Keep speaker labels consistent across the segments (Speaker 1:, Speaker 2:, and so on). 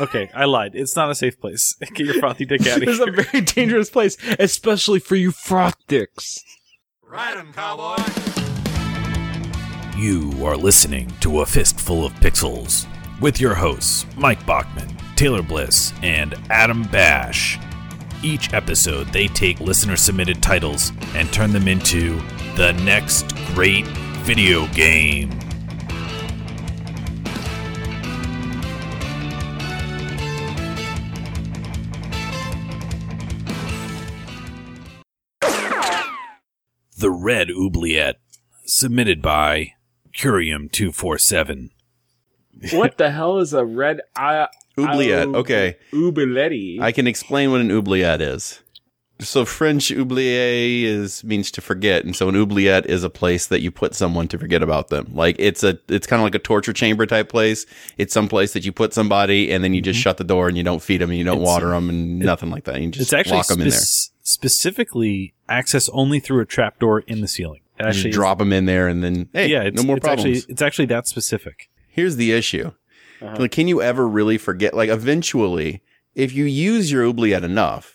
Speaker 1: Okay, I lied. It's not a safe place. Get your frothy dick out of
Speaker 2: this is a
Speaker 1: here.
Speaker 2: very dangerous place, especially for you froth dicks.
Speaker 3: Ride 'em, cowboy.
Speaker 4: You are listening to A Fistful of Pixels with your hosts, Mike Bachman, Taylor Bliss, and Adam Bash. Each episode, they take listener submitted titles and turn them into the next great video game. The Red Oubliette, submitted by Curium247.
Speaker 2: What the hell is a red eye?
Speaker 3: Oubliette.
Speaker 1: Oh,
Speaker 3: Okay.
Speaker 2: Ubiletti.
Speaker 3: I can explain what an oubliette is. So French oublier is means to forget, and so an oubliette is a place that you put someone to forget about them. Like it's a, it's kind of like a torture chamber type place. It's some place that you put somebody, and then you just shut the door and you don't feed them and you don't
Speaker 1: Mm-hmm. It's-
Speaker 3: water 'em water them and nothing like that. You just
Speaker 1: It's actually
Speaker 3: lock them in there,
Speaker 1: spec- specifically access only through a trapdoor in the ceiling. It
Speaker 3: You
Speaker 1: Actually,
Speaker 3: just drop them in there, and then hey,
Speaker 1: yeah, it's,
Speaker 3: no more
Speaker 1: it's
Speaker 3: problems.
Speaker 1: Actually, it's actually that specific.
Speaker 3: Here's the issue.
Speaker 2: Uh-huh.
Speaker 3: Like, can you ever really forget? Like, eventually, if you use your oubliette enough,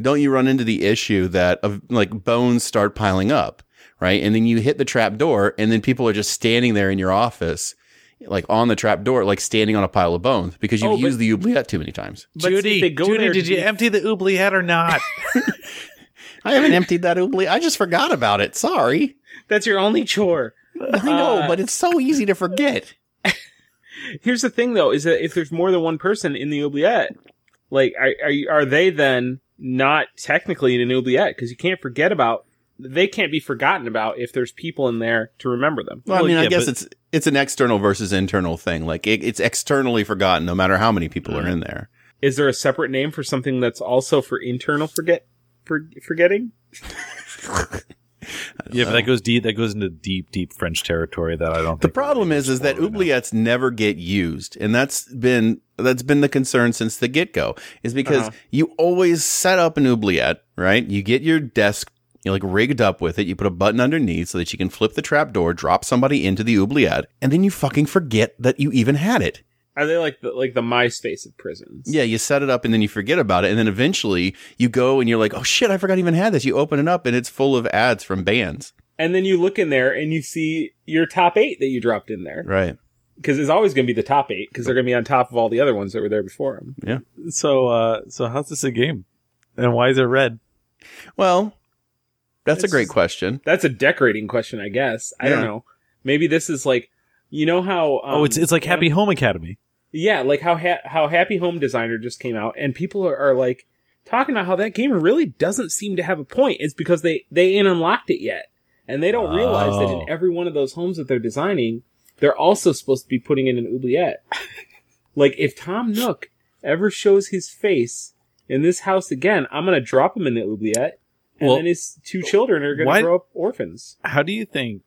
Speaker 3: don't you run into the issue that of like bones start piling up, right? And then you hit the trap door, and then people are just standing there in your office, like on the trap door, like standing on a pile of bones because you've
Speaker 2: Oh, but-
Speaker 3: used the oubliette too many times.
Speaker 2: But if they go there deep-
Speaker 1: empty the oubliette or not?
Speaker 3: I haven't emptied that oubliette. I just forgot about it. Sorry.
Speaker 2: That's your only chore.
Speaker 3: I know,
Speaker 2: Uh,
Speaker 3: but it's so easy to forget.
Speaker 2: Here's the thing, though, is that if there's more than one person in the oubliette, like, are are, you- are they then not technically in an oubliette? Because you can't forget about. They can't be forgotten about if there's people in there to remember them.
Speaker 3: Well, I
Speaker 1: Well,
Speaker 3: mean, I
Speaker 1: yeah,
Speaker 3: guess
Speaker 1: but-
Speaker 3: it's it's an external versus internal thing. Like it, it's externally forgotten, no matter how many people
Speaker 1: Mm.
Speaker 3: are in there.
Speaker 2: Is there a separate name for something that's also for internal forget for forgetting?
Speaker 1: yeah, but that goes deep. That goes into deep, deep French territory that I don't.
Speaker 3: The
Speaker 1: think we're
Speaker 3: problem
Speaker 1: really
Speaker 3: is, is that
Speaker 1: exploring right now.
Speaker 3: oubliettes never get used, and that's been that's been the concern since the get go. Is because
Speaker 2: Uh-huh.
Speaker 3: you always set up an oubliette, right? You get your desk you know, like rigged up with it. You put a button underneath so that you can flip the trap door, drop somebody into the oubliette, and then you fucking forget that you even had it.
Speaker 2: Are they like the, like the MySpace of prisons?
Speaker 3: Yeah, you set it up and then you forget about it, and then eventually you go and you're like, oh shit, I forgot I even had this. You open it up and it's full of ads from bands.
Speaker 2: And then you look in there and you see your top eight that you dropped in there.
Speaker 3: Right.
Speaker 2: Because it's always going to be the top eight because they're going to be on top of all the other ones that were there before them.
Speaker 1: So, uh, so how's this a game? And why is it red?
Speaker 3: Well, that's
Speaker 2: It's-
Speaker 3: a great question.
Speaker 2: That's a decorating question, I guess. I don't
Speaker 3: Yeah.
Speaker 2: know. Maybe this is like, you know how? Um,
Speaker 1: oh, it's it's like Happy Home Academy.
Speaker 2: Yeah, like how ha- how Happy Home Designer just came out, and people are, are like talking about how that game really doesn't seem to have a point. It's because they they ain't unlocked it yet, and they don't realize that
Speaker 1: Oh.
Speaker 2: in every one of those homes that they're designing, they're also supposed to be putting in an oubliette. like if Tom Nook ever shows his face in this house again, I'm gonna drop him in the oubliette, and
Speaker 1: Well,
Speaker 2: then his two children are gonna
Speaker 1: why-
Speaker 2: grow up orphans.
Speaker 1: How do you think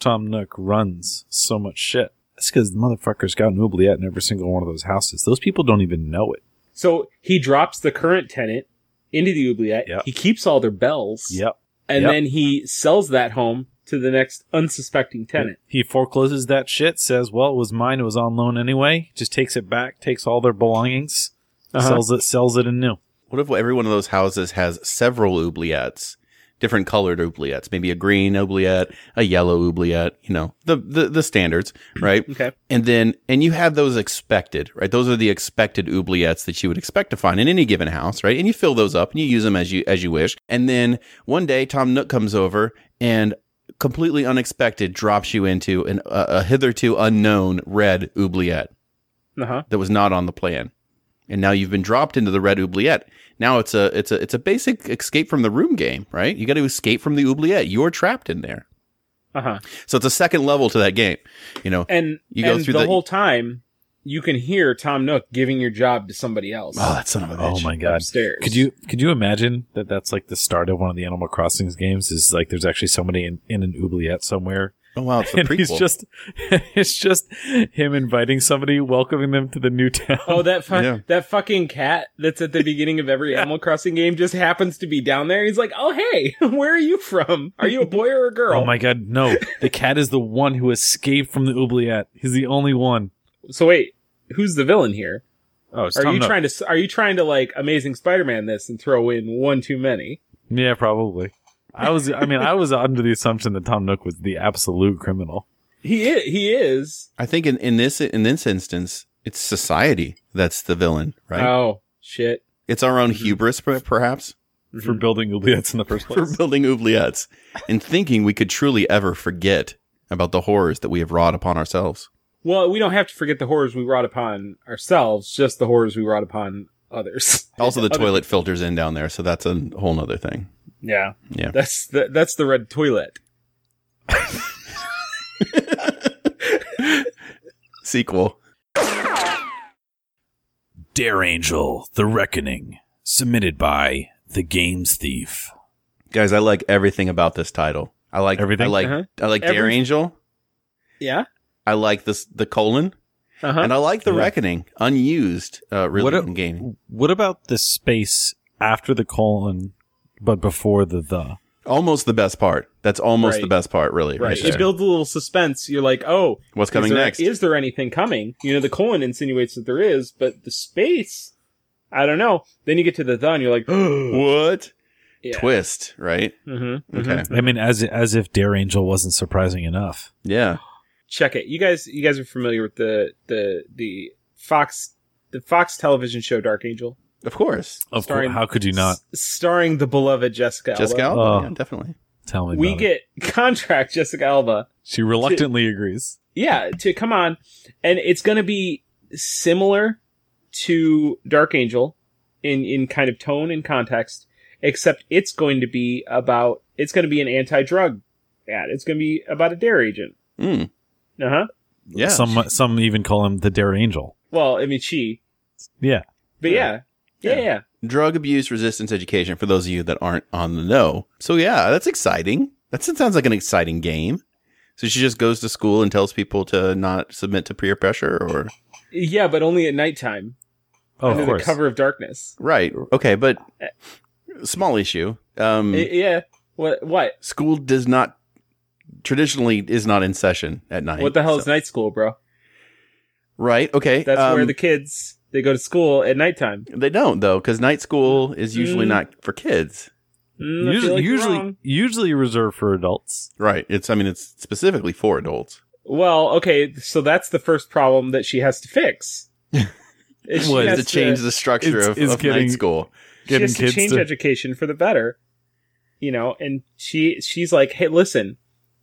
Speaker 1: Tom Nook runs so much shit? That's because the motherfucker's got an oubliette in every single one of those houses. Those people don't even know it.
Speaker 2: So he drops the current tenant into the oubliette.
Speaker 1: Yep.
Speaker 2: He keeps all their bells.
Speaker 1: Yep.
Speaker 2: and
Speaker 1: Yep.
Speaker 2: then he sells that home to the next unsuspecting tenant.
Speaker 1: He forecloses that shit, says, well, it was mine. It was on loan anyway. Just takes it back, takes all their belongings,
Speaker 2: Uh-huh.
Speaker 1: sells it, sells it anew.
Speaker 3: What if every one of those houses has several oubliettes, different colored oubliettes, maybe a green oubliette, a yellow oubliette, you know, the, the, the standards, right?
Speaker 2: Okay.
Speaker 3: And then, and you have those expected, right? Those are the expected oubliettes that you would expect to find in any given house, right? And you fill those up and you use them as you, as you wish. And then one day Tom Nook comes over and completely unexpected drops you into an, a, a hitherto unknown red oubliette
Speaker 2: Uh huh.
Speaker 3: that was not on the plan. And now you've been dropped into the red oubliette. Now it's a it's a it's a basic escape from the room game, right? You got to escape from the oubliette. You're trapped in there.
Speaker 2: Uh huh.
Speaker 3: So it's a second level to that game. You know,
Speaker 2: And
Speaker 3: Uh-huh. You go
Speaker 2: and
Speaker 3: through
Speaker 2: the,
Speaker 3: the-
Speaker 2: whole time, you can hear Tom Nook giving your job to somebody else
Speaker 3: oh, that son of a bitch.
Speaker 1: Oh my god.
Speaker 2: upstairs.
Speaker 1: Could you could you imagine that that's like the start of one of the Animal Crossings games? Is like there's actually somebody in, in an oubliette somewhere,
Speaker 3: Oh wow, it's the
Speaker 1: and he's
Speaker 3: prequel.
Speaker 1: just it's just him inviting somebody, welcoming them to the new town.
Speaker 2: Oh, that fu-
Speaker 3: Yeah.
Speaker 2: that fucking cat that's at the beginning of every Animal Crossing game just happens to be down there. He's like, "Oh hey, where are you from? Are you a boy or a girl?"
Speaker 1: Oh my god, no! the cat is the one who escaped from the oubliette. He's the only one.
Speaker 2: So wait, who's the villain here?
Speaker 1: Oh, it's
Speaker 2: Are
Speaker 1: Tom
Speaker 2: you
Speaker 1: Nook.
Speaker 2: trying to are you trying to like Amazing Spider-Man this and throw in one too many?
Speaker 1: Yeah, probably. I was. I mean, I was under the assumption that Tom Nook was the absolute criminal.
Speaker 2: He is, he is.
Speaker 3: I think in, in this in this instance, it's society that's the villain, right?
Speaker 2: Oh Mm-hmm. shit.
Speaker 3: it's our own hubris, per- perhaps,
Speaker 1: for
Speaker 4: Mm-hmm.
Speaker 3: Mm-hmm.
Speaker 1: building oubliettes in the first
Speaker 3: for
Speaker 1: place.
Speaker 3: building oubliettes and thinking we could truly ever forget about the horrors that we have wrought upon ourselves.
Speaker 2: Well, we don't have to forget the horrors we wrought upon ourselves, just the horrors we wrought upon others.
Speaker 3: Also, the
Speaker 2: Other-
Speaker 3: toilet filters in down there, so that's a whole nother thing.
Speaker 2: Yeah.
Speaker 3: Yeah.
Speaker 2: That's the that's the red toilet.
Speaker 3: Sequel.
Speaker 4: Dare Angel, The Reckoning, submitted by The Games Thief.
Speaker 3: Guys, I like everything about this title. I like
Speaker 1: Everything?
Speaker 3: I like
Speaker 2: Uh-huh.
Speaker 3: I like Dare
Speaker 2: Every-
Speaker 3: Angel.
Speaker 2: Yeah.
Speaker 3: I like this the colon,
Speaker 2: Uh-huh.
Speaker 3: and I like the
Speaker 1: Yeah.
Speaker 3: Reckoning, unused, uh, really
Speaker 1: What a-
Speaker 3: in gaming.
Speaker 1: What about the space after the colon, but before the the?
Speaker 3: Almost the best part. That's almost
Speaker 2: Right.
Speaker 3: the best part, really.
Speaker 2: right.
Speaker 3: Right.
Speaker 2: It
Speaker 3: there.
Speaker 2: builds a little suspense. You're like, "Oh,
Speaker 3: What's coming
Speaker 2: is there,
Speaker 3: next?
Speaker 2: Is there anything coming? You know, the colon insinuates that there is, but the space, I don't know. Then you get to the thun, you're like,
Speaker 3: what
Speaker 2: yeah.
Speaker 3: twist? Right.
Speaker 2: Mm-hmm,
Speaker 3: Okay.
Speaker 1: I mean, as as if Dare Angel wasn't surprising enough.
Speaker 3: Yeah.
Speaker 2: Check it. You guys, you guys are familiar with the the the Fox the Fox television show Dark Angel,
Speaker 3: Of course.
Speaker 1: Of course,
Speaker 2: Starring-
Speaker 1: how could you not
Speaker 2: S- starring the beloved Jessica. Alba.
Speaker 3: Jessica Alba.
Speaker 1: Oh.
Speaker 3: yeah, definitely.
Speaker 1: tell me?
Speaker 2: We
Speaker 1: about it?
Speaker 2: get contract Jessica Alba.
Speaker 1: She reluctantly agrees.
Speaker 2: Yeah, to come on, and it's going to be similar to Dark Angel in in kind of tone and context, except it's going to be about it's going to be an anti-drug ad. It's going to be about a dare agent.
Speaker 3: Mm.
Speaker 2: Uh huh.
Speaker 3: Yeah.
Speaker 1: some some even call him the Dare Angel.
Speaker 2: Well, I mean she,
Speaker 1: Yeah,
Speaker 2: but yeah, yeah,
Speaker 3: Yeah.
Speaker 2: yeah.
Speaker 3: Drug abuse resistance education for those of you that aren't on the know. So yeah, that's exciting. That sounds like an exciting game. So she just goes to school and tells people to not submit to peer pressure, or
Speaker 2: Yeah, but only at nighttime
Speaker 1: oh,
Speaker 2: under
Speaker 1: of
Speaker 2: the
Speaker 1: course.
Speaker 2: cover of darkness.
Speaker 3: right? Okay, but small issue. Um,
Speaker 2: I- yeah. What? What?
Speaker 3: school does not traditionally is not in session at night.
Speaker 2: What the hell is
Speaker 3: So-
Speaker 2: night school, bro?
Speaker 3: Right. Okay.
Speaker 2: That's where
Speaker 3: um,
Speaker 2: the kids they go to school at nighttime.
Speaker 3: They don't though, because night school is usually
Speaker 2: Mm.
Speaker 3: not for kids.
Speaker 2: Mm, I feel
Speaker 1: usually
Speaker 2: like you're
Speaker 1: usually,
Speaker 2: wrong.
Speaker 1: usually reserved for adults.
Speaker 3: Right. It's I mean it's specifically for adults.
Speaker 2: Well, okay, so that's the first problem that she has to fix. Is she
Speaker 1: Well,
Speaker 2: has
Speaker 3: to change the structure
Speaker 1: it's-
Speaker 3: of,
Speaker 1: it's
Speaker 3: of
Speaker 1: getting-
Speaker 3: night school.
Speaker 2: she has
Speaker 1: Getting
Speaker 2: to
Speaker 1: kids
Speaker 2: change
Speaker 1: to-
Speaker 2: education for the better. You know, and she she's like, "Hey, listen,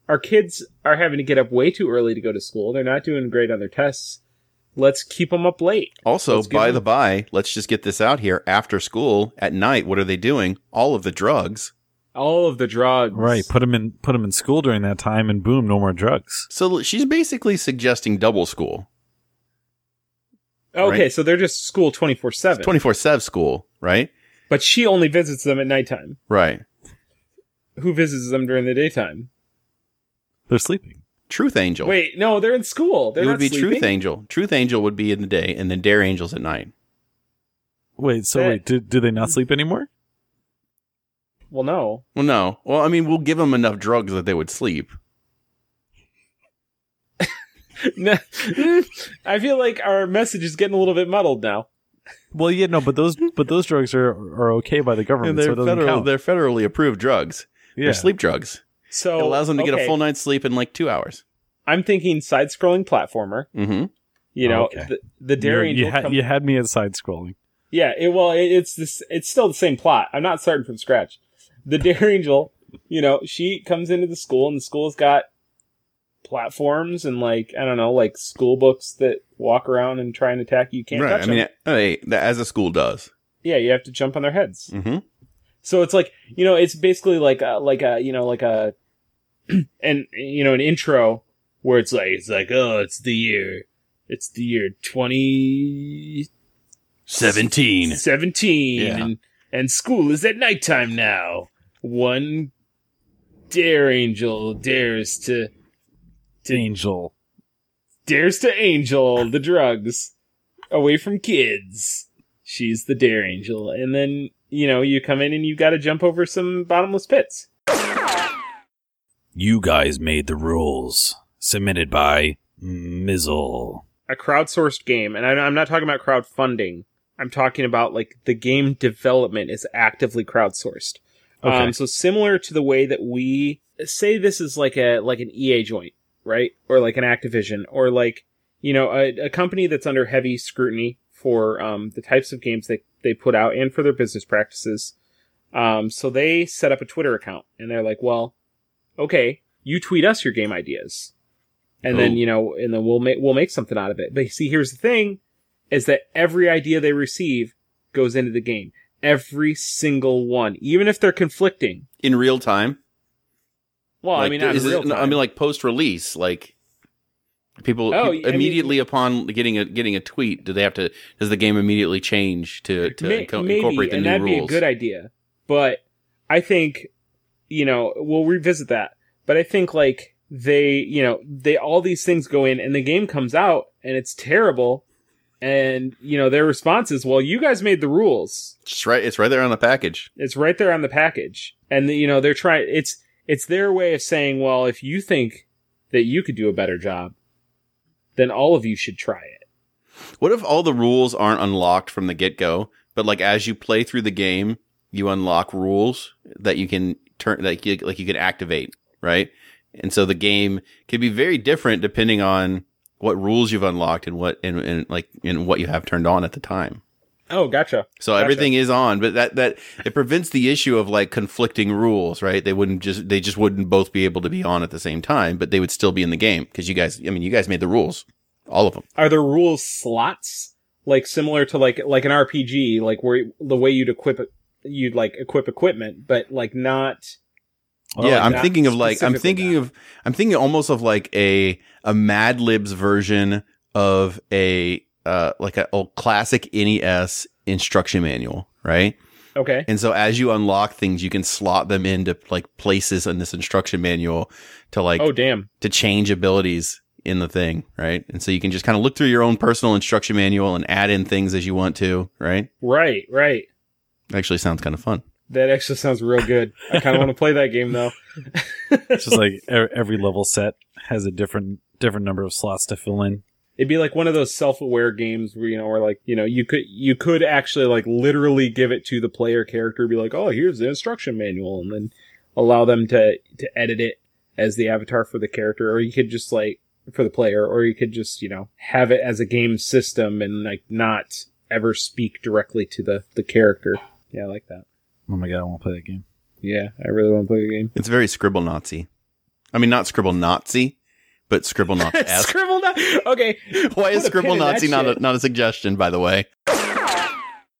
Speaker 2: our kids are having to get up way too early to go to school. They're not doing great on their tests. Let's keep them up late."
Speaker 3: Also,
Speaker 2: Let's give
Speaker 3: by
Speaker 2: them-
Speaker 3: the by, let's just get this out here. After school at night, what are they doing? All of the drugs.
Speaker 2: All of the drugs,
Speaker 1: Right, put him in put him in school during that time, and boom, no more drugs.
Speaker 3: So she's basically suggesting double school,
Speaker 2: Okay,
Speaker 3: right?
Speaker 2: so they're just school twenty four seven.
Speaker 3: twenty four seven school, right?
Speaker 2: But she only visits them at nighttime.
Speaker 3: Right.
Speaker 2: Who visits them during the daytime?
Speaker 1: They're sleeping.
Speaker 3: Truth Angel.
Speaker 2: Wait, no, they're in school. They're
Speaker 3: it
Speaker 2: not
Speaker 3: would be
Speaker 2: sleeping.
Speaker 3: Truth Angel. Truth Angel would be in the day, and then Dare Angels at night.
Speaker 1: Wait, so
Speaker 2: That-
Speaker 1: wait, do, do they not sleep anymore?
Speaker 2: Well, no.
Speaker 3: Well, no. Well, I mean, we'll give them enough drugs that they would sleep.
Speaker 2: No. I feel like our message is getting a little bit muddled now.
Speaker 1: Well, yeah, no, but those but those drugs are are okay by the government,
Speaker 3: And they're
Speaker 1: so it doesn't
Speaker 3: federal.
Speaker 1: count.
Speaker 3: They're federally approved drugs.
Speaker 1: Yeah.
Speaker 3: They're sleep drugs.
Speaker 2: So
Speaker 3: it allows them to get
Speaker 2: Oh, okay,
Speaker 3: a full night's sleep in like two hours.
Speaker 2: I'm thinking side-scrolling platformer.
Speaker 3: Mm-hmm.
Speaker 2: You know,
Speaker 1: Okay.
Speaker 2: the, the
Speaker 1: You're-
Speaker 2: Dare
Speaker 1: you,
Speaker 2: Angel.
Speaker 1: ha-
Speaker 2: come-
Speaker 1: you had me at side scrolling.
Speaker 2: yeah, it, well, it, it's this. It's still the same plot. I'm not starting from scratch. The Dare Angel, you know, she comes into the school, and the school's got platforms and like I don't know, like school books that walk around and try and attack you. You can't
Speaker 3: Right.
Speaker 2: touch
Speaker 3: I mean,
Speaker 2: them.
Speaker 3: hey, that- as a school does.
Speaker 2: Yeah, you have to jump on their heads.
Speaker 3: Mm-hmm.
Speaker 2: So it's like you know, it's basically like a, like a you know like a and you know an intro where it's like it's like oh it's the year it's the year twenty
Speaker 4: 17.
Speaker 2: seventeen
Speaker 3: Yeah.
Speaker 2: and and school is at nighttime now. One dare angel dares to
Speaker 1: Angel.
Speaker 2: dares to angel the drugs away from kids. She's the dare angel, and then you know you come in and you got to jump over some bottomless pits.
Speaker 4: You guys made the rules, submitted by Mizzle.
Speaker 2: a crowdsourced game, and I, I'm not talking about crowdfunding. I'm talking about like the game development is actively crowdsourced.
Speaker 1: Okay.
Speaker 2: Um, so similar to the way that we say this is like a like an EA joint, right, or like an Activision, or like you know a, a company that's under heavy scrutiny for um, the types of games that they put out and for their business practices. Um, so they set up a Twitter account, and they're like, well, okay, you tweet us your game ideas, and then
Speaker 3: Ooh.
Speaker 2: you know, and then we'll make we'll make something out of it. But see, here's the thing: is that every idea they receive goes into the game. Every single one, even if they're conflicting.
Speaker 3: in real time.
Speaker 2: Well, I
Speaker 3: Like,
Speaker 2: mean, not in
Speaker 3: is it-
Speaker 2: real
Speaker 3: no, I
Speaker 2: time.
Speaker 3: mean, like post release, like people
Speaker 2: Oh,
Speaker 3: peop-
Speaker 2: I mean-
Speaker 3: immediately upon getting a getting a tweet, do they have to? Does the game immediately change to to
Speaker 2: May-
Speaker 3: inco-
Speaker 2: maybe,
Speaker 3: incorporate the
Speaker 2: and
Speaker 3: new
Speaker 2: that'd
Speaker 3: rules?
Speaker 2: be a good idea. But I think, you know, we'll revisit that. But I think like they, you know, they all these things go in, and the game comes out, and it's terrible. And you know, their response is, "Well, you guys made the rules.
Speaker 3: it's right. It's right there on the package.
Speaker 2: It's right there on the package." And you know, they're trying. It's it's their way of saying, "Well, if you think that you could do a better job, then all of you should try it."
Speaker 3: What if all the rules aren't unlocked from the get go, but like as you play through the game, you unlock rules that you can turn that you, like you can activate, right? And so the game can be very different depending on what rules you've unlocked and what and, and like and what you have turned on at the time.
Speaker 2: Oh, gotcha.
Speaker 3: So
Speaker 2: Gotcha.
Speaker 3: everything is on, but that that it prevents the issue of like conflicting rules, right? They wouldn't just they just wouldn't both be able to be on at the same time, but they would still be in the game because you guys, I mean, you guys made the rules, all of them.
Speaker 2: are there rules slots like similar to like like an RPG like where the way you'd equip you'd like equip equipment but like not
Speaker 1: Oh,
Speaker 3: yeah,
Speaker 2: like
Speaker 3: I'm
Speaker 2: that.
Speaker 3: thinking of like I'm
Speaker 2: Oh, Specifically
Speaker 3: thinking
Speaker 2: that.
Speaker 3: of I'm thinking almost of like a a Mad Libs version of a uh like a old classic NES instruction manual, right?
Speaker 2: okay
Speaker 3: And so as you unlock things, you can slot them into like places in this instruction manual to like
Speaker 2: oh damn
Speaker 3: to change abilities in the thing, right? And so you can just kind of look through your own personal instruction manual and add in things as you want to, right?
Speaker 2: right right
Speaker 3: Actually sounds kind of fun.
Speaker 2: that actually sounds real good I kind of want to play that game though
Speaker 1: It's just like e- every level set has a different different number of slots to fill in.
Speaker 2: it'd be like one of those self-aware games where you know where like you know you could you could actually like literally give it to the player character be like oh here's the instruction manual and then allow them to to edit it as the avatar for the character or you could just like for the player or you could just you know have it as a game system and like not ever speak directly to the the character yeah i like that
Speaker 1: Oh my god, I want to play that game.
Speaker 2: yeah i really want to play the game
Speaker 3: It's very scribble Nazi. I mean, not scribble Nazi, but scribble Nazi.
Speaker 2: scribble down okay
Speaker 3: Why
Speaker 2: Put a pin
Speaker 3: is scribble
Speaker 2: in that
Speaker 3: Nazi not
Speaker 2: shit.
Speaker 3: a, not a suggestion? By the way,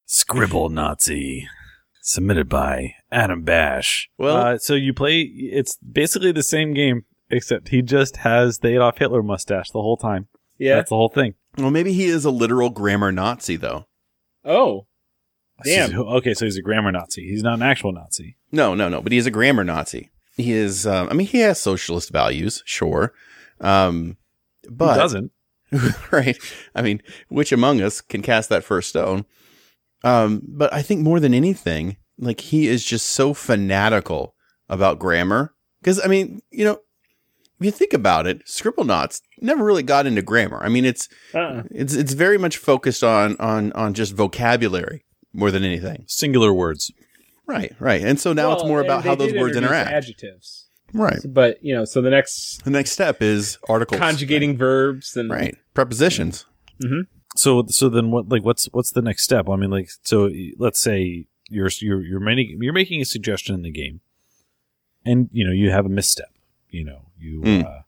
Speaker 4: Scribble Nazi. Submitted by Adam Bash.
Speaker 3: well,
Speaker 1: uh, so you play. It's basically the same game, except he just has the Adolf Hitler mustache the whole time.
Speaker 2: yeah
Speaker 1: that's the whole thing.
Speaker 3: well, maybe he is a literal grammar Nazi though.
Speaker 2: oh Damn.
Speaker 1: So- okay, so he's a grammar Nazi. He's not an actual Nazi.
Speaker 3: No, no, no. But he is a grammar Nazi. He is. Um, I mean, he has socialist values, sure. Um,
Speaker 1: He
Speaker 3: but
Speaker 1: doesn't.
Speaker 3: right. I mean, which among us can cast that first stone? Um, but I think more than anything, like he is just so fanatical about grammar. Because I mean, you know, if you think about it, scribble knots never really got into grammar. I mean, it's
Speaker 2: uh-uh.
Speaker 3: It's it's very much focused on on on just vocabulary more than anything.
Speaker 1: Singular words.
Speaker 3: Right, right. And so now it's
Speaker 2: Well,
Speaker 3: more about
Speaker 2: and
Speaker 3: how
Speaker 2: they
Speaker 3: those
Speaker 2: did
Speaker 3: words
Speaker 2: introduce
Speaker 3: interact.
Speaker 2: adjectives
Speaker 3: right.
Speaker 2: but you know so the next
Speaker 3: The next step is articles.
Speaker 2: conjugating verbs and
Speaker 3: Right. Right. Prepositions.
Speaker 1: So so then what? Like what's what's the next step? I mean, like so let's say you're you're you're making you're making a suggestion in the game, and you know you have a misstep. You know you
Speaker 3: Mm.
Speaker 1: uh,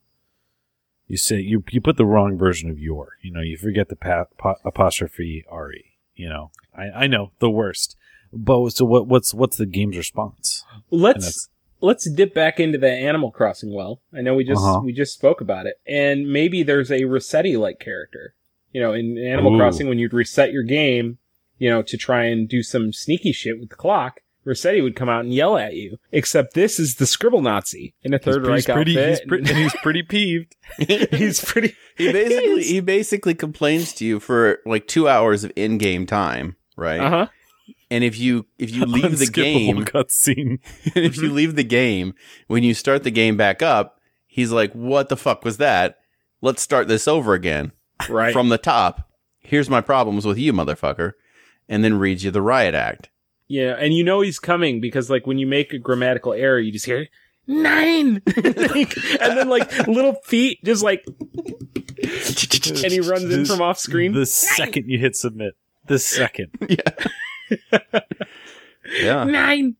Speaker 1: you say you you put the wrong version of your. You know you forget the pa- po- apostrophe re. You know I I know the worst. But so what? What's what's the game's response? And
Speaker 2: let's
Speaker 1: that's-
Speaker 2: let's dip back into the animal crossing well i know we just
Speaker 1: Uh-huh.
Speaker 2: we just spoke about it and maybe there's a rossetti like character you know in animal
Speaker 1: Ooh.
Speaker 2: crossing when you'd reset your game you know to try and do some sneaky shit with the clock rossetti would come out and yell at you except this is the scribble nazi in a third
Speaker 1: he's,
Speaker 2: reich
Speaker 1: pretty.
Speaker 2: outfit
Speaker 1: He's pretty. and he's pretty peeved.
Speaker 2: he's pretty
Speaker 3: He basically
Speaker 2: is.
Speaker 3: he basically complains to you for like two hours of in game time. Right.
Speaker 2: uh-huh
Speaker 3: And if you if you leave the
Speaker 1: Unskippable
Speaker 3: game
Speaker 1: cutscene.
Speaker 3: and if you leave the game, when you start the game back up, he's like, What the fuck was that? Let's start this over again.
Speaker 2: Right.
Speaker 3: from the top. Here's my problems with you, motherfucker, and then reads you the riot act.
Speaker 2: yeah, and you know he's coming because like when you make a grammatical error, you just hear nine, Like, and then like little feet just like, and he runs in from off screen.
Speaker 1: The second you hit submit. The second.
Speaker 3: Yeah.
Speaker 2: Nine.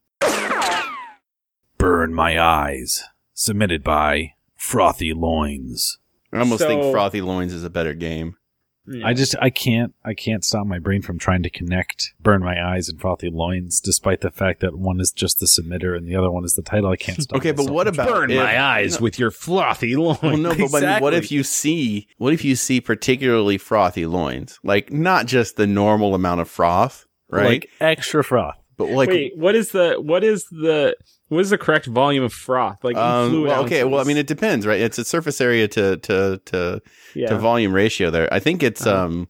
Speaker 4: Burn My Eyes, submitted by Frothy Loins.
Speaker 3: I almost think
Speaker 2: So-
Speaker 3: Frothy Loins is a better game.
Speaker 2: Yeah.
Speaker 1: I just I can't I can't stop my brain from trying to connect burn my eyes and frothy loins despite the fact that one is just the submitter and the other one is the title I can't stop.
Speaker 3: Okay, but
Speaker 1: myself.
Speaker 3: what about
Speaker 4: Burn
Speaker 3: if-
Speaker 4: my eyes
Speaker 3: No.
Speaker 4: with your frothy loins.
Speaker 3: Well, no, but I mean, what if you see what if you see particularly frothy loins, like not just the normal amount of froth, right?
Speaker 1: Like extra froth.
Speaker 3: but like,
Speaker 2: Wait, what is the what is the what is the correct volume of froth? Like in
Speaker 3: um,
Speaker 2: fluid
Speaker 3: well, okay, well, I
Speaker 2: ounces?
Speaker 3: mean, it depends, right? It's a surface area to to to,
Speaker 2: yeah.
Speaker 3: to volume ratio there. I think it's
Speaker 2: Uh-huh.
Speaker 3: um,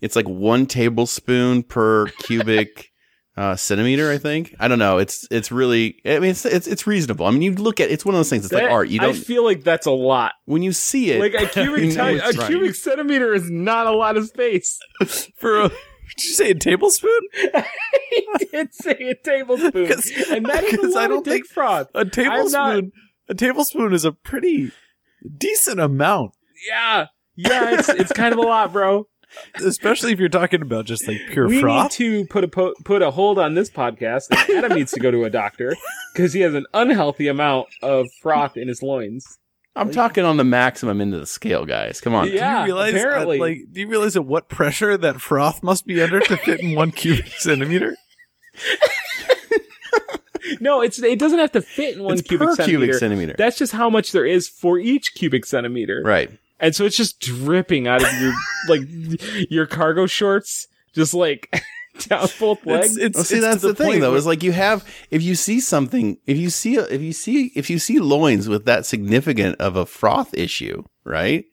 Speaker 3: it's like one tablespoon per cubic. Uh, centimeter, I think. I don't know. It's it's really. I mean, it's it's, it's reasonable. I mean, you look at it's one of those things. It's like
Speaker 2: That-
Speaker 3: art. You
Speaker 2: I
Speaker 3: don't
Speaker 2: feel like that's a lot.
Speaker 3: when you see it.
Speaker 2: Like a cubic
Speaker 3: you know
Speaker 2: ti-
Speaker 3: it's
Speaker 2: a
Speaker 3: right.
Speaker 2: cubic centimeter is not a lot of space.
Speaker 4: for a, did you say a tablespoon?
Speaker 2: he did say a tablespoon,
Speaker 4: 'Cause-
Speaker 2: and that is a
Speaker 4: 'cause
Speaker 2: lot
Speaker 4: I don't
Speaker 2: I don't of dick
Speaker 4: think-
Speaker 2: froth.
Speaker 4: A tablespoon.
Speaker 2: not-
Speaker 4: A tablespoon is a pretty decent amount,
Speaker 2: Yeah, yeah, it's it's kind of a lot, bro.
Speaker 4: especially if you're talking about just like pure
Speaker 2: we need
Speaker 4: froth.
Speaker 2: to put a po- put a hold on this podcast. and Adam needs to go to a doctor because he has an unhealthy amount of froth in his loins.
Speaker 3: I'm talking on the maximum end of the scale, guys. Come on.
Speaker 4: do
Speaker 2: Yeah,
Speaker 4: you realize, uh,
Speaker 2: apparently.
Speaker 4: like, do you realize at what pressure that froth must be under to fit in one cubic centimeter?
Speaker 2: No, it's it doesn't have to fit in one
Speaker 3: it's
Speaker 2: cubic
Speaker 3: per
Speaker 2: centimeter.
Speaker 3: cubic centimeter.
Speaker 2: That's just how much there is for each cubic centimeter.
Speaker 3: right.
Speaker 2: and so it's just dripping out of your like your cargo shorts, just like down both
Speaker 4: It's,
Speaker 2: legs.
Speaker 4: it's,
Speaker 3: Well, see,
Speaker 4: it's to
Speaker 3: that's the, thing,
Speaker 4: point
Speaker 3: though.
Speaker 4: where-
Speaker 3: Is like you have if you see something, if you see if you see if you see loins with that significant of a froth issue, right?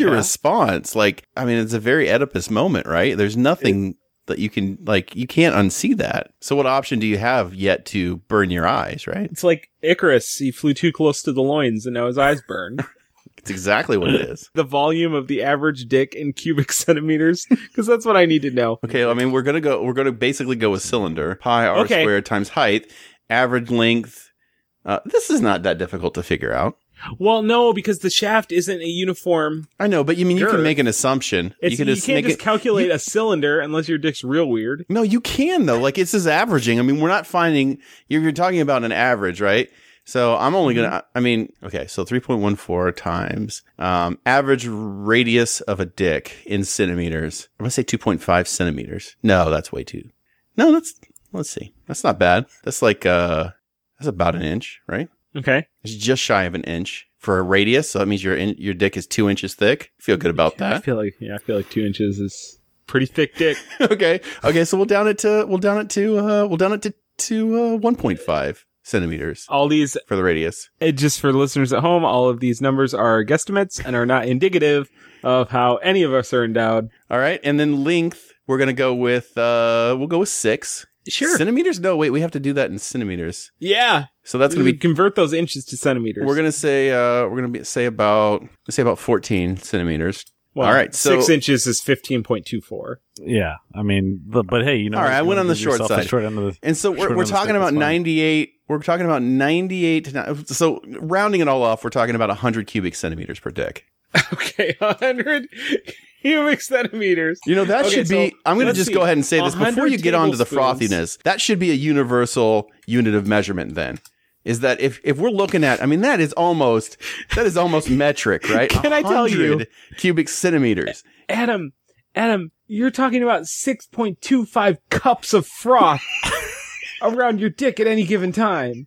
Speaker 3: your
Speaker 4: Yeah.
Speaker 3: response? Like, I mean, it's a very Oedipus moment, right? There's nothing that you can like you can't unsee that. So, what option do you have yet to burn your eyes? Right?
Speaker 2: It's like Icarus. He flew too close to the loins, and now his eyes burn.
Speaker 3: It's exactly what it is.
Speaker 2: the volume of the average dick in cubic centimeters, because that's what I need to know.
Speaker 3: Okay, I mean, we're gonna go. We're gonna basically go with cylinder pi r
Speaker 2: Okay.
Speaker 3: squared times height, average length. Uh, this is not that difficult to figure out.
Speaker 2: Well, no, because the shaft isn't a uniform.
Speaker 3: I know, but you mean you
Speaker 2: Sure.
Speaker 3: can make an assumption.
Speaker 2: It's,
Speaker 3: you
Speaker 2: you,
Speaker 3: can just
Speaker 2: can't
Speaker 3: make
Speaker 2: just
Speaker 3: it.
Speaker 2: calculate a cylinder unless your dick's real weird.
Speaker 3: no, you can though. Like it's just averaging. I mean, we're not finding. You're, you're talking about an average, right? So I'm only gonna.
Speaker 2: Mm-hmm.
Speaker 3: I mean, okay. So 3.14 times um, average radius of a dick in centimeters. I'm gonna say 2.5 centimeters. No, that's way too. No, that's. Let's see. That's not bad. That's like uh, that's about an inch, right?
Speaker 2: Okay.
Speaker 3: It's just shy of an inch for a radius. So that means your in, your dick is two inches thick. Feel good about
Speaker 2: I
Speaker 3: that.
Speaker 2: feel like yeah, I feel like two inches is pretty thick dick.
Speaker 3: okay. Okay. So we'll down it to we'll down it to uh we'll down it to to uh, one point five centimeters
Speaker 2: All these
Speaker 3: for the radius.
Speaker 2: Uh, just for listeners at home, all of these numbers are guesstimates and are not indicative of how any of us are endowed.
Speaker 3: All right. And then length we're gonna go with uh we'll go with six centimeters. No, wait, we have to do that in centimeters.
Speaker 2: Yeah.
Speaker 3: So that's
Speaker 2: That's
Speaker 3: gonna
Speaker 2: going to
Speaker 3: be
Speaker 2: convert those inches to centimeters.
Speaker 3: we're gonna say uh we're gonna be, say about let's say about fourteen centimeters. all right, so-
Speaker 2: six inches is fifteen point two four.
Speaker 1: Yeah, I mean, but, but hey, you know,
Speaker 3: All right, I
Speaker 1: you
Speaker 3: went
Speaker 1: wanna
Speaker 3: on the
Speaker 1: give
Speaker 3: short
Speaker 1: yourself
Speaker 3: side.
Speaker 1: short end of the-
Speaker 3: And so
Speaker 1: Short
Speaker 3: we're,
Speaker 1: on
Speaker 3: we're
Speaker 1: the
Speaker 3: talking
Speaker 1: stick,
Speaker 3: about
Speaker 1: that's fine.
Speaker 3: 98. We're talking about 98 to ni- so rounding it all off, we're talking about 100 cubic centimeters per dick.
Speaker 2: Okay, hundred cubic centimeters.
Speaker 3: You know, that
Speaker 2: Okay,
Speaker 3: should be
Speaker 2: so
Speaker 3: I'm going to
Speaker 2: let's
Speaker 3: just
Speaker 2: see.
Speaker 3: go ahead and say this
Speaker 2: 100
Speaker 3: before you get on to the
Speaker 2: tablespoons.
Speaker 3: frothiness. That should be a universal unit of measurement then. Is that if if we're looking at I mean that is almost that is almost metric, right?
Speaker 2: Can I tell you-
Speaker 3: 100 cubic centimeters.
Speaker 2: Adam, Adam, you're talking about six point two five cups of froth around your dick at any given time.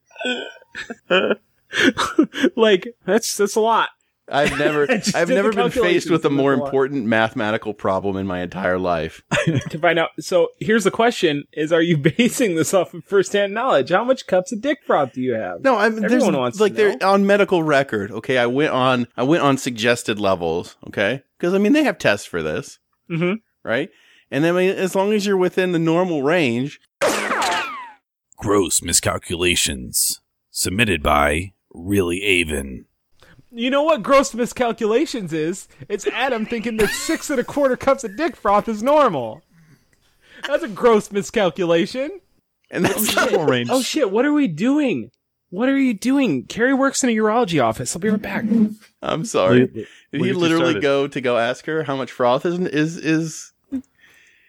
Speaker 2: like that's that's a lot.
Speaker 3: I've never
Speaker 2: I just
Speaker 3: I've
Speaker 2: did the
Speaker 3: never been faced
Speaker 2: calculations
Speaker 3: with a
Speaker 2: and
Speaker 3: more
Speaker 2: that's a lot.
Speaker 3: important mathematical problem in my entire life.
Speaker 2: to find out. So here's the question: Is are you basing this off of firsthand knowledge? How much cups of dick froth do you have?
Speaker 3: No, I mean, there's
Speaker 2: Everyone wants to
Speaker 3: like they're
Speaker 2: know.
Speaker 3: on medical record. Okay, I went on I went on suggested levels. Okay, because I mean they have tests for this,
Speaker 2: Mm-hmm.
Speaker 3: right? And then I mean, as long as you're within the normal range,
Speaker 4: Gross miscalculations, submitted by Really Avon.
Speaker 5: You know what gross miscalculations is? It's Adam thinking that six and a quarter cups of dick froth is normal. That's a gross miscalculation.
Speaker 3: And that's normal range.
Speaker 2: Oh shit, what are we doing? What are you doing? Carrie works in a urology office. I'll be right back.
Speaker 3: I'm sorry.
Speaker 1: Wait, wait,
Speaker 3: Did
Speaker 1: where did
Speaker 3: he
Speaker 1: you
Speaker 3: literally
Speaker 1: started?
Speaker 3: go to go ask her how much froth is is is?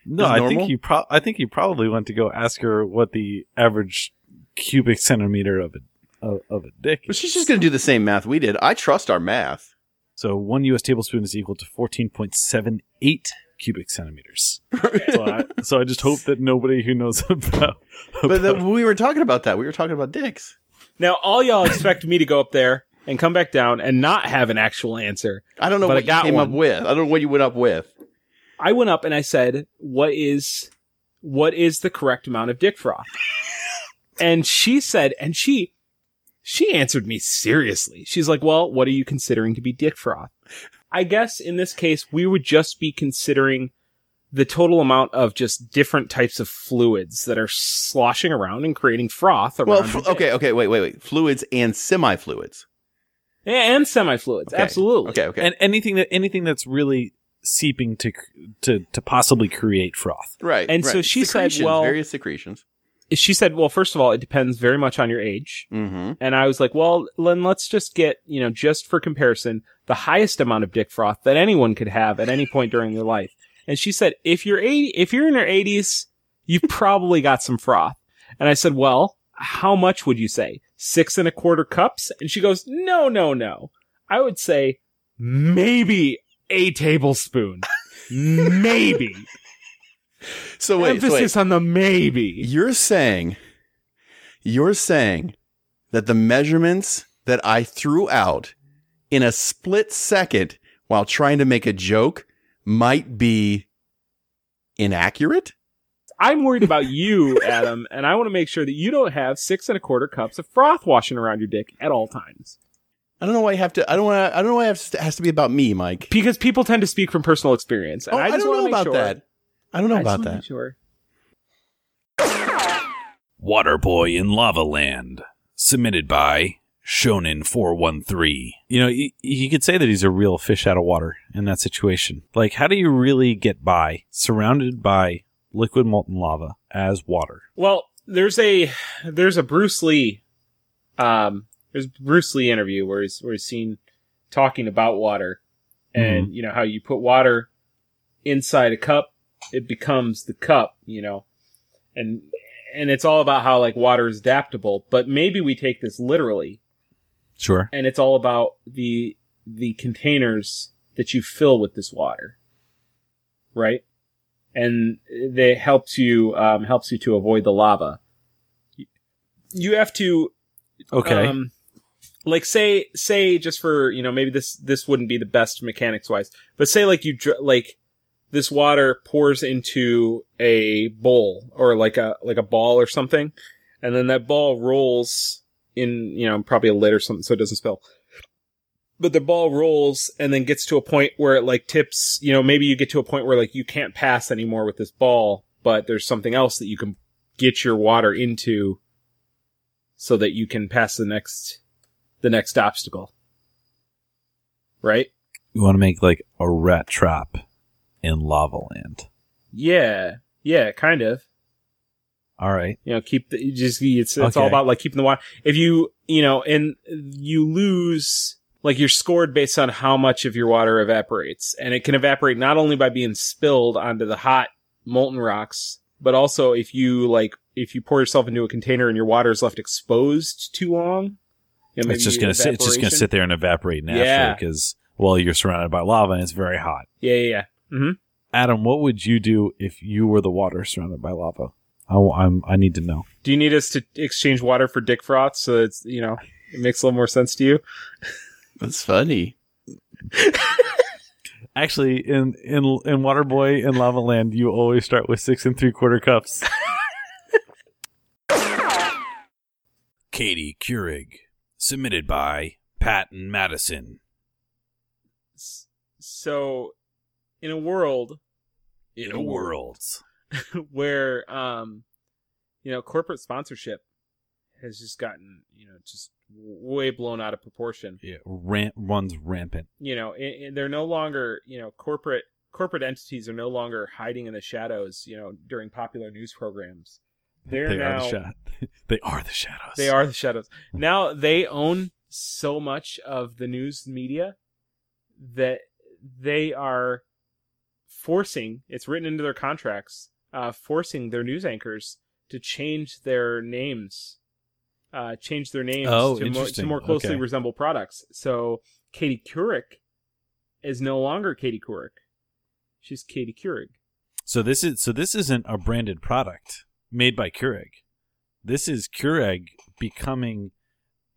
Speaker 1: No,
Speaker 3: is
Speaker 1: I
Speaker 3: normal?
Speaker 1: think he pro- I think he probably went to go ask her what the average cubic centimeter of a of, of a dick.
Speaker 3: But
Speaker 1: Is.
Speaker 3: she's just going to do the same math we did. I trust our math.
Speaker 1: So one U.S. tablespoon is equal to fourteen point seven eight cubic centimeters. so, I, so I just hope that nobody who knows about,
Speaker 3: But that,
Speaker 1: about-
Speaker 3: we were talking about that. We were talking about dicks.
Speaker 2: Now, all y'all expect me to go up there and come back down and not have an actual answer.
Speaker 3: I don't know
Speaker 2: But I
Speaker 3: what you
Speaker 2: got
Speaker 3: came up
Speaker 2: one.
Speaker 3: with. I don't know what you went up with.
Speaker 2: I went up and I said, "What is what is the correct amount of dick froth?" and she said, and she she answered me seriously. She's like, "Well, what are you considering to be dick froth?" I guess in this case, we would just be considering the total amount of just different types of fluids that are sloshing around and creating froth around.
Speaker 3: Well,
Speaker 2: the
Speaker 3: fl-
Speaker 2: dick.
Speaker 3: okay, okay, wait, wait, wait. Fluids and semi-fluids.
Speaker 2: Yeah, and semi-fluids,
Speaker 3: Okay.
Speaker 2: absolutely.
Speaker 3: Okay, okay.
Speaker 1: and anything that anything that's really seeping to c- to to possibly create froth.
Speaker 3: right.
Speaker 2: and so
Speaker 3: right.
Speaker 2: she said,
Speaker 3: Secretions,
Speaker 2: well-
Speaker 3: various secretions.
Speaker 2: She said, "Well, first of all, it depends very much on your age."
Speaker 3: Mm-hmm.
Speaker 2: And I was like, well, then let's just get, you know, just for comparison, the highest amount of dick froth that anyone could have at any point during their life. And she said, if you're 80, if you're in your 80s, you've probably got some froth. And I said, well, how much would you say? Six and a quarter cups? And she goes, no, no, no. I would say maybe a tablespoon. maybe.
Speaker 3: So wait, so wait.
Speaker 5: Emphasis on the maybe.
Speaker 3: You're saying, you're saying that the measurements that I threw out in a split second while trying to make a joke might be inaccurate?
Speaker 2: I'm worried about you, Adam, and I want to make sure that you don't have six and a quarter cups of froth washing around your dick at all times.
Speaker 3: I don't know why you have to. I don't want. I don't know why it has to, it has to be about me, Mike.
Speaker 2: because people tend to speak from personal experience. And
Speaker 3: Oh,
Speaker 2: I,
Speaker 3: I,
Speaker 2: just
Speaker 3: don't
Speaker 2: wanna
Speaker 3: know
Speaker 2: make
Speaker 3: about
Speaker 2: sure.
Speaker 3: that. I don't know
Speaker 2: I just
Speaker 3: about
Speaker 2: wanna
Speaker 3: that.
Speaker 2: make Sure.
Speaker 4: Waterboy in Lava Land, submitted by Shonen413.
Speaker 1: You know, you, you could say that he's a real fish out of water in that situation. Like, how do you really get by surrounded by liquid molten lava as water?
Speaker 2: Well, there's a there's a Bruce Lee um there's a Bruce Lee interview where he's where he's seen talking about water and you know how you put water inside a cup, it becomes the cup, you know. And and it's all about how like water is adaptable, but maybe we take this literally
Speaker 1: Sure.
Speaker 2: and it's all about the the containers that you fill with this water, right? And it helps you um, helps you to avoid the lava. You have to
Speaker 1: Okay.
Speaker 2: um, like say say just for you know maybe this this wouldn't be the best mechanics wise, but say like you dr- like this water pours into a bowl or like a like a ball or something, and then that ball rolls in you know probably a lid or something so it doesn't spill. But the ball rolls and then gets to a point where it like tips. You know maybe you get to a point where like you can't pass anymore with this ball, but there's something else that you can get your water into so that you can pass the next the next obstacle. Right?
Speaker 1: you want to make like a rat trap in lava land.
Speaker 2: Yeah. Yeah, kind of.
Speaker 1: All right.
Speaker 2: You know, keep the you just it's it's all
Speaker 1: Okay.
Speaker 2: about like keeping the water. If you, you know, and you lose like you're scored based on how much of your water evaporates. And it can evaporate not only by being spilled onto the hot molten rocks, but also if you like if you pour yourself into a container and your water is left exposed too long, you know, maybe
Speaker 1: it's just gonna sit. It's just gonna
Speaker 2: evaporation-
Speaker 1: sit there and evaporate
Speaker 2: Yeah.
Speaker 1: naturally because well, you're surrounded by lava and it's very hot.
Speaker 2: Yeah, yeah, yeah.
Speaker 1: Adam, what would you do if you were the water surrounded by lava? I, w- I'm, I need to know.
Speaker 2: Do you need us to exchange water for dick froth so it's you know it makes a little more sense to you?
Speaker 3: That's funny.
Speaker 1: Actually, in in in Waterboy and Lava Land, you always start with six and three quarter cups.
Speaker 4: Katie Keurig, submitted by Patton Madison.
Speaker 2: S- So, in a world,
Speaker 4: In a world
Speaker 2: where um, you know corporate sponsorship has just gotten you know just w- way blown out of proportion.
Speaker 1: Yeah, ramp runs rampant.
Speaker 2: you know and, and they're no longer you know corporate corporate entities are no longer hiding in the shadows you know during popular news programs they're
Speaker 1: they
Speaker 2: now
Speaker 1: are the shadows. they are the shadows.
Speaker 2: they are the shadows now they own so much of the news media that they are forcing it's written into their contracts uh, forcing their news anchors to change their names uh, change their names
Speaker 1: Oh,
Speaker 2: to, more, to
Speaker 1: interesting.
Speaker 2: more closely
Speaker 1: Okay.
Speaker 2: resemble products so katie couric is no longer katie couric she's katie Couric.
Speaker 1: So this is so this isn't a branded product made by Keurig. This is Keurig becoming,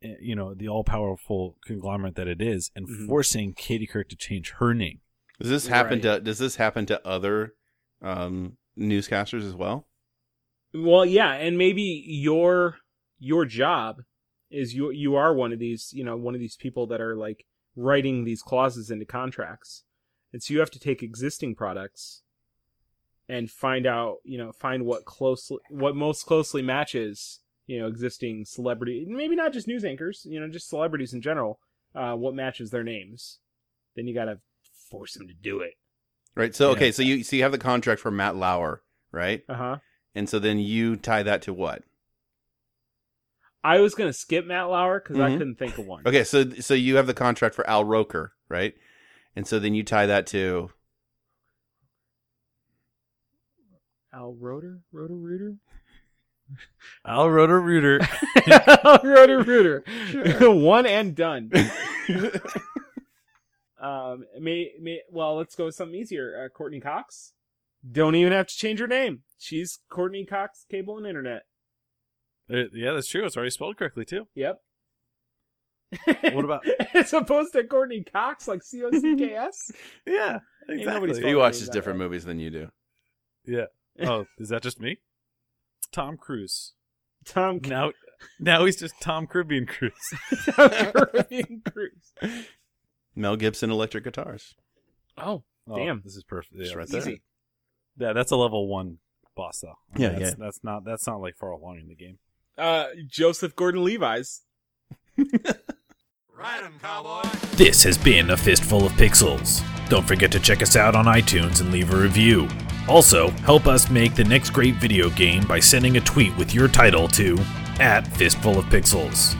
Speaker 1: eh, you know, the all-powerful conglomerate that it is, and
Speaker 2: Mhm.
Speaker 1: forcing Katie Kirk to change her name.
Speaker 3: Does this happen to Does this happen to other um, newscasters as well?
Speaker 2: Well, yeah, and maybe your your job is you you are one of these you know one of these people that are like writing these clauses into contracts, and so you have to take existing products and find out you know find what closely what most closely matches you know existing celebrity maybe not just news anchors you know just celebrities in general uh, what matches their names. Then you gotta force them to do it.
Speaker 3: Right. So
Speaker 1: Yeah.
Speaker 3: okay. So you so you have the contract for Matt Lauer, right?
Speaker 2: Uh huh.
Speaker 3: And so then you tie that to what?
Speaker 2: I was gonna skip Matt Lauer because I
Speaker 3: Mhm.
Speaker 2: couldn't think of one.
Speaker 3: Okay. So so you have the contract for Al Roker, right? And so then you tie that to
Speaker 2: Al Roder? Roder Rooter?
Speaker 1: Al Roder Rooter.
Speaker 2: Al Roder Rooter. One and done. Um, may, may, well, let's go with something easier. Uh, Courtney Cox. Don't even have to change her name. She's Courtney Cox Cable and Internet.
Speaker 1: Uh, yeah, that's true. It's already spelled correctly too.
Speaker 2: Yep.
Speaker 1: What about-
Speaker 2: As opposed to Courtney Cox, like C O C K S?
Speaker 1: Yeah,
Speaker 2: Ain't nobody's
Speaker 1: exactly.
Speaker 3: he
Speaker 2: Well,
Speaker 3: watches
Speaker 2: that-
Speaker 3: different movies than you do.
Speaker 1: oh, is that just me? Tom Cruise.
Speaker 2: Tom Cruise.
Speaker 1: Now, now he's just Tom Caribbean Cruise.
Speaker 2: Caribbean Cruise.
Speaker 3: Mel Gibson electric guitars.
Speaker 2: Oh,
Speaker 1: Oh,
Speaker 2: Damn.
Speaker 1: this is perfect. Yeah,
Speaker 3: Just right
Speaker 1: this is-
Speaker 3: there.
Speaker 2: easy.
Speaker 1: Yeah, that's a level one boss though.
Speaker 3: Yeah,
Speaker 1: that's,
Speaker 3: yeah.
Speaker 1: That's not that's not like far along in the game.
Speaker 2: Uh, Joseph Gordon Levi's.
Speaker 4: This has been A Fistful of Pixels. Don't forget to check us out on iTunes and leave a review. Also, help us make the next great video game by sending a tweet with your title to at Fistful of Pixels.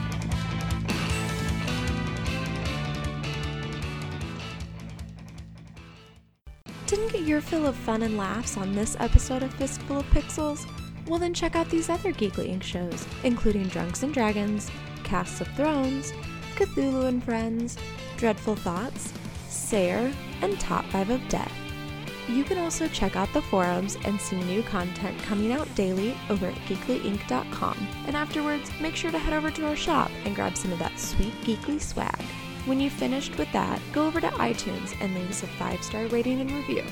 Speaker 6: Didn't get your fill of fun and laughs on this episode of Fistful of Pixels? Well, then check out these other Geekly Inc. shows, including Drunks and Dragons, Casts of Thrones, Cthulhu and Friends, Dreadful Thoughts, Sayre, and Top 5 of Death. You can also check out the forums and see new content coming out daily over at geeklyinc.com. And afterwards, make sure to head over to our shop and grab some of that sweet geekly swag. When you've finished with that, go over to iTunes and leave us a five star rating and review.